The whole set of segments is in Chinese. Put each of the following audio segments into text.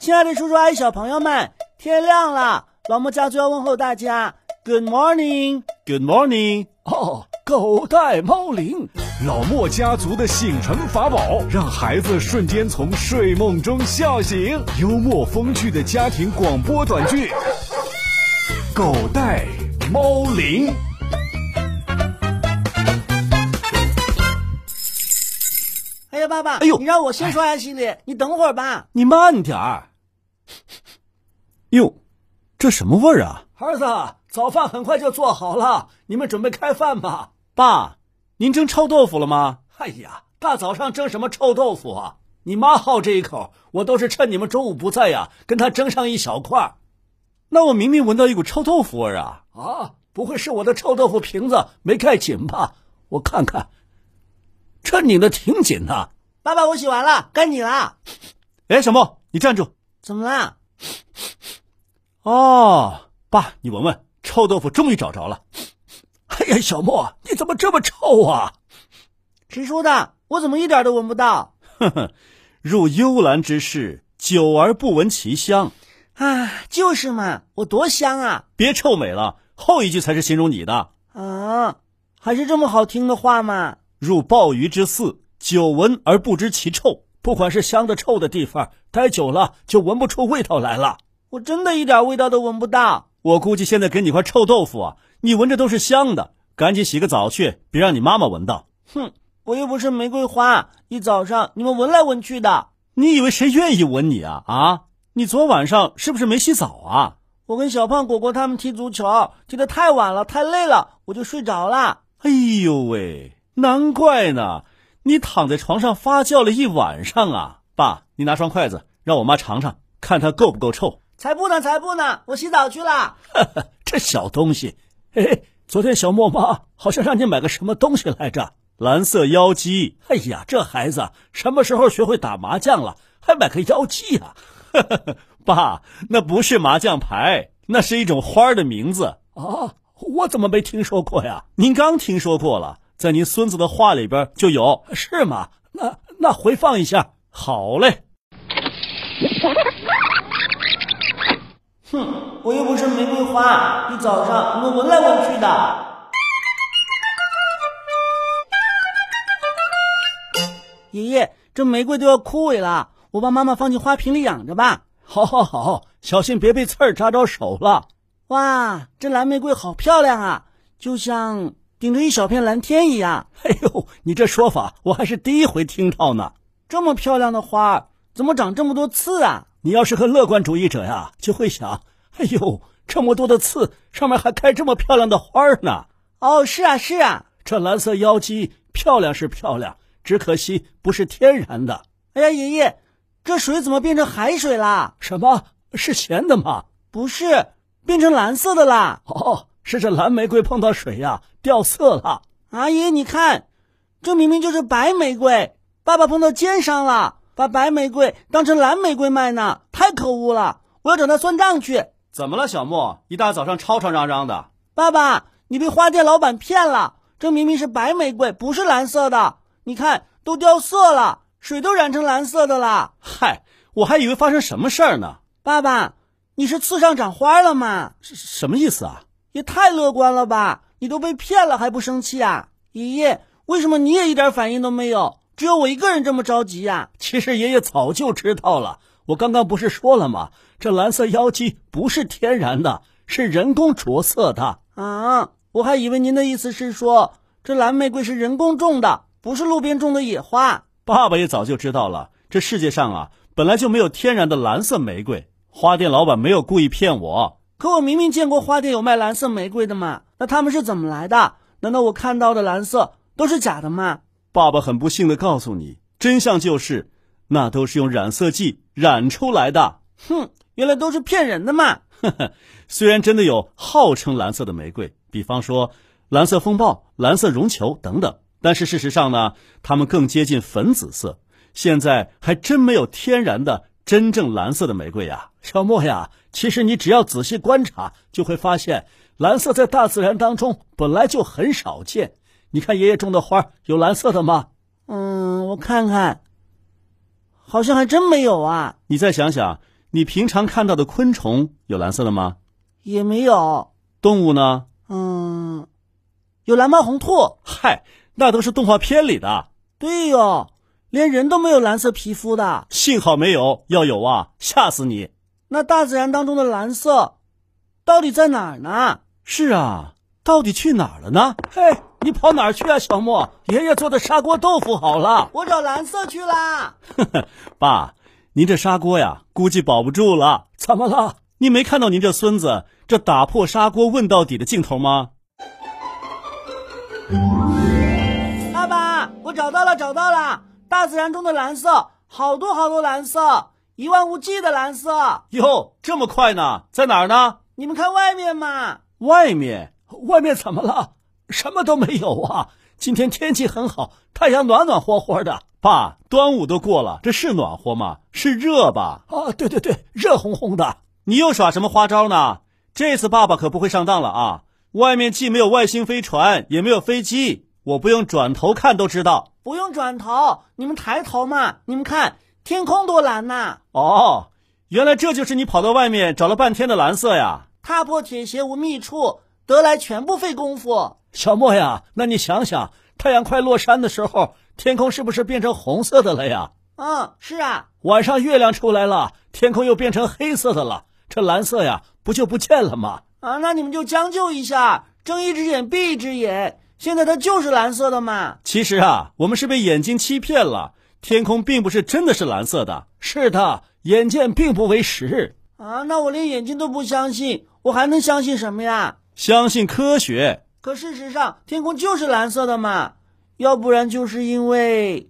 亲爱的叔叔阿姨、小朋友们，天亮了，老莫家族要问候大家，Good morning，Good morning。哦，狗带猫铃，老莫家族的醒神法宝，让孩子瞬间从睡梦中笑醒。幽默风趣的家庭广播短剧，《狗带猫铃》。哎呀，爸爸，哎呦你让我先刷牙洗脸，你等会儿吧。你慢点儿。哟，这什么味儿啊？儿子，早饭很快就做好了，你们准备开饭吧。爸，您蒸臭豆腐了吗？哎呀，大早上蒸什么臭豆腐啊？你妈好这一口，我都是趁你们中午不在呀、跟她蒸上一小块儿。那我明明闻到一股臭豆腐味儿啊！啊，不会是我的臭豆腐瓶子没盖紧吧？我看看，这拧的挺紧呐、爸爸，我洗完了，该你了。哎，小莫，你站住！怎么啦？哦，爸，你闻闻，臭豆腐终于找着了。哎呀，小莫，你怎么这么臭啊？谁说的？我怎么一点都闻不到？入幽兰之室，久而不闻其香。啊，就是嘛，我多香啊！别臭美了，后一句才是形容你的。啊，还是这么好听的话嘛。入鲍鱼之肆，久闻而不知其臭。不管是香的臭的地方，待久了就闻不出味道来了。我真的一点味道都闻不到。我估计现在给你块臭豆腐啊，你闻着都是香的，赶紧洗个澡去，别让你妈妈闻到。哼，我又不是玫瑰花，一早上你们闻来闻去的。你以为谁愿意闻你啊？啊，你昨晚上是不是没洗澡啊？我跟小胖果果他们踢足球，踢得太晚了，太累了，我就睡着了。哎呦喂，难怪呢，你躺在床上发酵了一晚上啊！爸，你拿双筷子让我妈尝尝，看它够不够臭。才不呢，才不呢，我洗澡去了。 这小东西，哎，昨天小莫妈好像让你买个什么东西来着？蓝色妖姬。哎呀，这孩子什么时候学会打麻将了？还买个妖姬啊？ 爸，那不是麻将牌，那是一种花儿的名字啊！我怎么没听说过呀？您刚听说过了，在您孙子的话里边就有，是吗？那那回放一下，好嘞。我又不是玫瑰花，一早上你们闻来闻去的。爷爷，这玫瑰都要枯萎了，我把妈妈放进花瓶里养着吧。好，好，好，小心别被刺儿扎着手了。哇，这蓝玫瑰好漂亮啊，就像顶着一小片蓝天一样。哎呦，你这说法我还是第一回听到呢。这么漂亮的花儿，怎么长这么多刺啊？你要是个乐观主义者呀，就会想，哎呦，这么多的刺，上面还开这么漂亮的花儿呢。哦，是啊，是啊。这蓝色妖姬漂亮是漂亮，只可惜不是天然的。哎呀，爷爷，这水怎么变成海水啦？什么是咸的吗？不是，变成蓝色的啦。哦，是这蓝玫瑰碰到水呀，掉色了。阿姨，你看，这明明就是白玫瑰，爸爸碰到奸商了，把白玫瑰当成蓝玫瑰卖呢，太可恶了！我要找他算账去。怎么了，小莫？一大早上吵吵嚷嚷的。爸爸，你被花店老板骗了，这明明是白玫瑰，不是蓝色的。你看，都掉色了，水都染成蓝色的啦。嗨，我还以为发生什么事儿呢。爸爸，你是刺上长花了吗？什什么意思啊？也太乐观了吧！你都被骗了还不生气啊？爷爷，为什么你也一点反应都没有？只有我一个人这么着急啊呀、其实爷爷早就知道了，我刚刚不是说了吗？这蓝色妖姬不是天然的，是人工着色的。啊，我还以为您的意思是说，这蓝玫瑰是人工种的，不是路边种的野花。爸爸也早就知道了，这世界上啊，本来就没有天然的蓝色玫瑰。花店老板没有故意骗我，可我明明见过花店有卖蓝色玫瑰的嘛，那他们是怎么来的？难道我看到的蓝色都是假的吗？爸爸很不幸的告诉你，真相就是，那都是用染色剂染出来的。哼，原来都是骗人的嘛！虽然真的有号称蓝色的玫瑰，比方说蓝色风暴、蓝色绒球等等，但是事实上呢，它们更接近粉紫色。现在还真没有天然的真正蓝色的玫瑰呀，小莫呀，其实你只要仔细观察，就会发现蓝色在大自然当中本来就很少见。你看爷爷种的花有蓝色的吗？嗯，我看看，好像还真没有啊。你再想想，你平常看到的昆虫有蓝色的吗？也没有。动物呢？嗯，有蓝猫红兔。嗨，那都是动画片里的。对哟、连人都没有蓝色皮肤的。幸好没有，要有啊，吓死你！那大自然当中的蓝色，到底在哪儿呢？是啊，到底去哪儿了呢？嘿，你跑哪儿去啊，小莫？爷爷做的砂锅豆腐好了。我找蓝色去啦。 爸，您这砂锅呀，估计保不住了。怎么了？你没看到您这孙子这打破砂锅问到底的镜头吗？爸爸，我找到了，找到了，大自然中的蓝色，好多好多蓝色，一望无际的蓝色。哟，这么快呢？在哪儿呢？你们看外面嘛，外面，外面怎么了？什么都没有啊！今天天气很好，太阳暖暖和和的。爸，端午都过了，这是暖和吗？是热吧？啊，对对对，热烘烘的。你又耍什么花招呢？这次爸爸可不会上当了啊！外面既没有外星飞船，也没有飞机，我不用转头看都知道。不用转头，你们抬头嘛，你们看天空多蓝呐、哦，原来这就是你跑到外面找了半天的蓝色呀！踏破铁鞋无觅处，得来全不费工夫。小莫呀，那你想想，太阳快落山的时候，天空是不是变成红色的了呀？嗯，是啊，晚上月亮出来了，天空又变成黑色的了，这蓝色呀，不就不见了吗？啊，那你们就将就一下，睁一只眼闭一只眼。现在它就是蓝色的嘛。其实啊，我们是被眼睛欺骗了，天空并不是真的是蓝色的。是的，眼见并不为实，啊，那我连眼睛都不相信，我还能相信什么呀？相信科学。可事实上，天空就是蓝色的嘛，要不然就是因为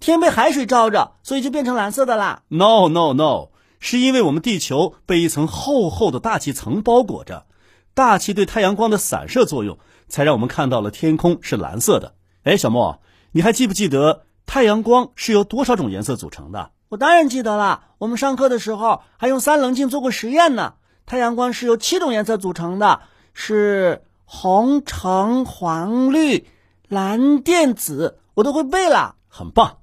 天被海水罩着，所以就变成蓝色的啦。 No no no，是因为我们地球被一层厚厚的大气层包裹着，大气对太阳光的散射作用，才让我们看到了天空是蓝色的。哎，小莫，你还记不记得太阳光是由多少种颜色组成的？我当然记得了，我们上课的时候还用三棱镜做过实验呢。太阳光是由七种颜色组成的，是红、橙、黄、绿、蓝、靛、紫，我都会背了。很棒，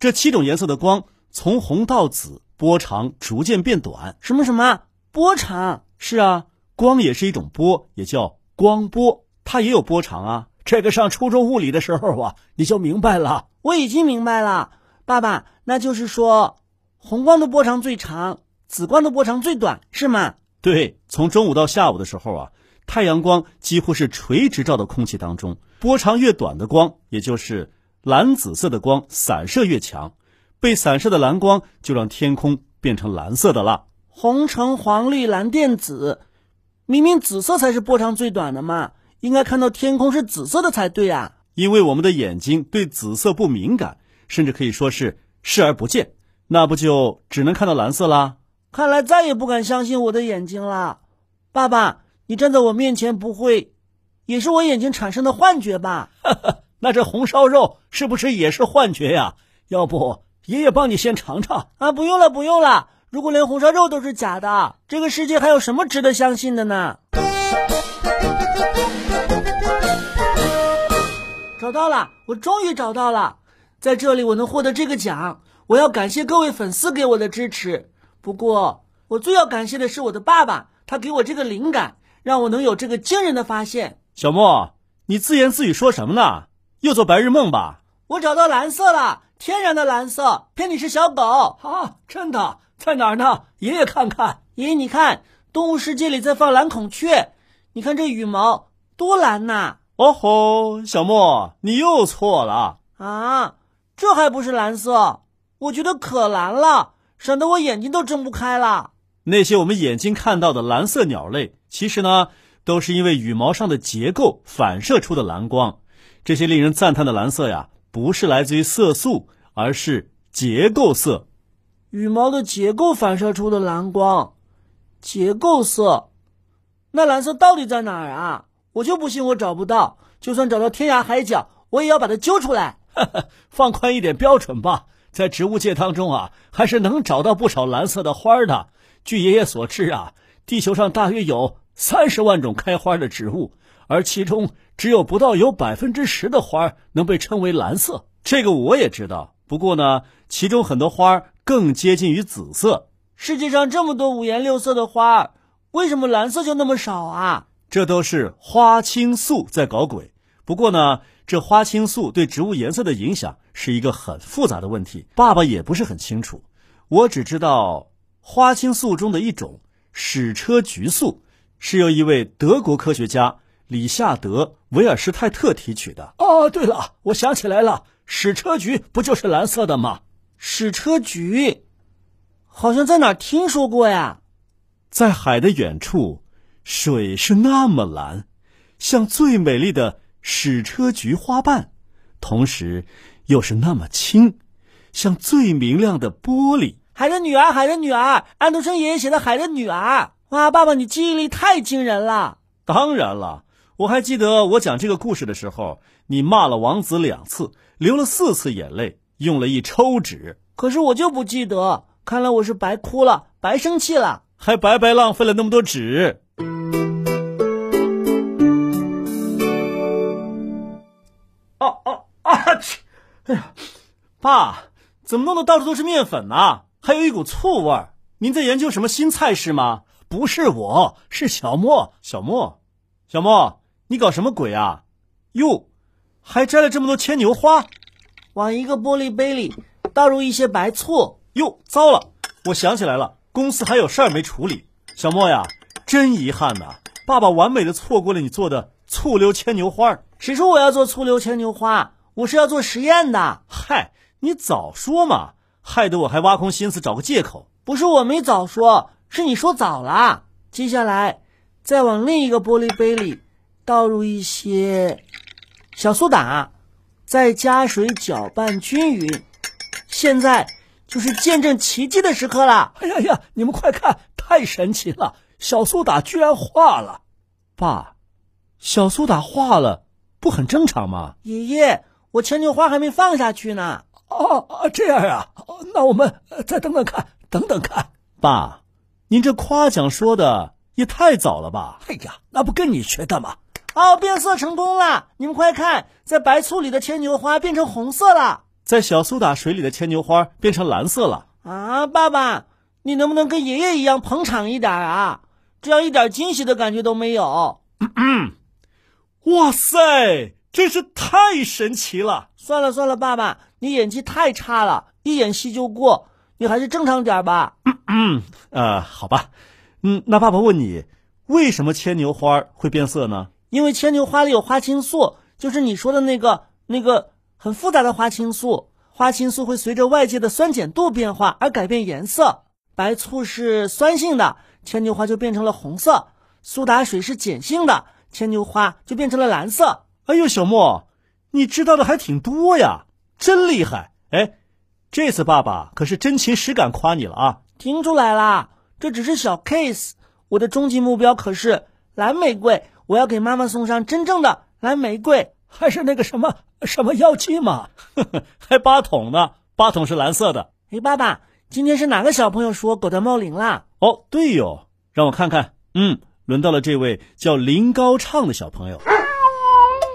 这七种颜色的光从红到紫，波长逐渐变短。什么什么波长？啊是啊，光也是一种波，也叫光波，它也有波长啊。这个上初中物理的时候啊，你就明白了。我已经明白了，爸爸，那就是说，红光的波长最长，紫光的波长最短，是吗？对，从中午到下午的时候啊，太阳光几乎是垂直照到空气当中，波长越短的光，也就是蓝紫色的光，散射越强，被散射的蓝光就让天空变成蓝色的了。红、橙、黄、绿、蓝、靛、紫，明明紫色才是波长最短的嘛，应该看到天空是紫色的才对啊。因为我们的眼睛对紫色不敏感，甚至可以说是视而不见，那不就只能看到蓝色啦？看来再也不敢相信我的眼睛了。爸爸，你站在我面前，不会也是我眼睛产生的幻觉吧？ 那这红烧肉是不是也是幻觉呀？要不爷爷帮你先尝尝？啊，不用了，不用了。如果连红烧肉都是假的，这个世界还有什么值得相信的呢？找到了，我终于找到了，在这里我能获得这个奖，我要感谢各位粉丝给我的支持。不过，我最要感谢的是我的爸爸，他给我这个灵感，让我能有这个惊人的发现。小莫，你自言自语说什么呢？又做白日梦吧？我找到蓝色了，天然的蓝色，骗你是小狗。啊，真的，在哪儿呢？爷爷看看。爷爷，你看，动物世界里在放蓝孔雀，你看这羽毛多蓝呐、哦吼，小莫，你又错了。啊，这还不是蓝色？我觉得可蓝了，闪得我眼睛都睁不开了。那些我们眼睛看到的蓝色鸟类，其实呢，都是因为羽毛上的结构反射出的蓝光。这些令人赞叹的蓝色呀，不是来自于色素，而是结构色。羽毛的结构反射出的蓝光，结构色。那蓝色到底在哪儿啊？我就不信我找不到，就算找到天涯海角，我也要把它揪出来。 放宽一点标准吧，在植物界当中啊，还是能找到不少蓝色的花儿的。据爷爷所知啊，地球上大约有三十万种开花的植物，而其中只有不到有百分之十的花儿能被称为蓝色。这个我也知道，不过呢，其中很多花儿更接近于紫色。世界上这么多五颜六色的花儿，为什么蓝色就那么少啊？这都是花青素在搞鬼。不过呢，这花青素对植物颜色的影响是一个很复杂的问题，爸爸也不是很清楚。我只知道花青素中的一种矢车菊素是由一位德国科学家李夏德·维尔施泰特提取的。哦，对了，我想起来了，矢车菊不就是蓝色的吗？矢车菊，好像在哪儿听说过呀？在海的远处，水是那么蓝，像最美丽的矢车菊花瓣，同时又是那么清，像最明亮的玻璃。海的女儿，海的女儿，安徒生爷爷写的《海的女儿》。哇，爸爸，你记忆力太惊人了！当然了，我还记得我讲这个故事的时候，你骂了王子两次，流了四次眼泪，用了一抽纸，可是我就不记得，看来我是白哭了，白生气了。还白白浪费了那么多纸。哦哦啊！去，哎呀，爸，怎么弄得到处都是面粉呢、还有一股醋味儿。您在研究什么新菜式吗？不是我，是小莫。小莫，小莫，你搞什么鬼啊？哟，还摘了这么多牵牛花。往一个玻璃杯里倒入一些白醋，哟，糟了！我想起来了，公司还有事儿没处理。小莫呀，真遗憾呐、爸爸完美的错过了你做的醋溜牵牛花儿。谁说我要做醋溜牵牛花？我是要做实验的，嗨，你早说嘛，害得我还挖空心思找个借口。不是我没早说，是你说早了。接下来，再往另一个玻璃杯里倒入一些小苏打，再加水搅拌均匀。现在就是见证奇迹的时刻了。哎呀呀，你们快看，太神奇了！小苏打居然化了，爸，小苏打化了，不很正常吗？爷爷，我牵牛花还没放下去呢。哦，啊这样啊，哦那我们呃再等等看，等等看。爸，您这夸奖说的也太早了吧？啊哎呀，那不跟你学的吗？哦，变色成功了！你们快看，在白醋里的牵牛花变成红色了。在小苏打水里的牵牛花变成蓝色了。啊，爸爸，你能不能跟爷爷一样捧场一点啊？这样一点惊喜的感觉都没有。哇塞，真是太神奇了！算了算了，爸爸，你演技太差了，一演戏就过，你还是正常点吧。嗯呃，好吧，嗯，那爸爸问你，为什么牵牛花会变色呢？因为牵牛花里有花青素，就是你说的那个那个很复杂的花青素。花青素会随着外界的酸碱度变化而改变颜色。白醋是酸性的，牵牛花就变成了红色；苏打水是碱性的，牵牛花就变成了蓝色。哎呦，小莫，你知道的还挺多呀，真厉害！哎，这次爸爸可是真情实感夸你了啊！听出来啦，这只是小 case。我的终极目标可是蓝玫瑰，我要给妈妈送上真正的蓝玫瑰。还是那个什么什么药剂嘛， 还八筒呢，八筒是蓝色的。哎，爸爸，今天是哪个小朋友说狗的冒铃啦？哦，对哟，让我看看，嗯，轮到了这位叫林高唱的小朋友。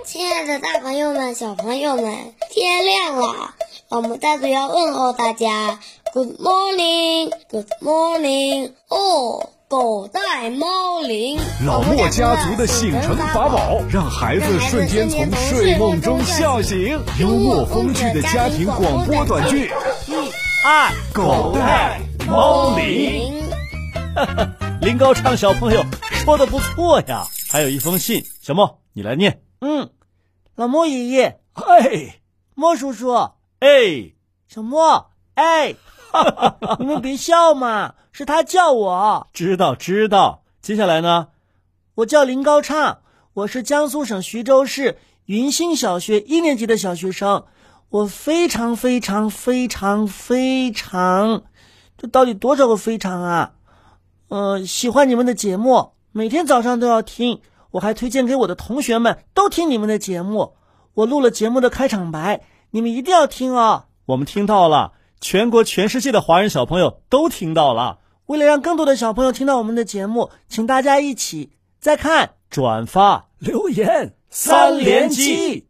亲爱的，大朋友们、小朋友们，天亮了，我们在这要问候大家，Good morning，Good morning。哦，狗带猫铃，老莫家族的醒神法宝，啊让孩子瞬间从睡梦中笑醒。幽默风趣的家庭广播短剧，二狗带猫铃。林高唱小朋友说的不错呀，还有一封信，小莫你来念。嗯，老莫爷爷，哎莫叔叔，哎，小莫，哎， 你们别笑嘛，是他叫我，知道知道。接下来呢？我叫林高畅，我是江苏省徐州市云兴小学一年级的小学生，我非常非常非常非常，这到底多少个非常啊？呃，喜欢你们的节目，每天早上都要听，我还推荐给我的同学们都听你们的节目。我录了节目的开场白，你们一定要听哦。我们听到了，全国全世界的华人小朋友都听到了，为了让更多的小朋友听到我们的节目，请大家一起再看转发留言三连击。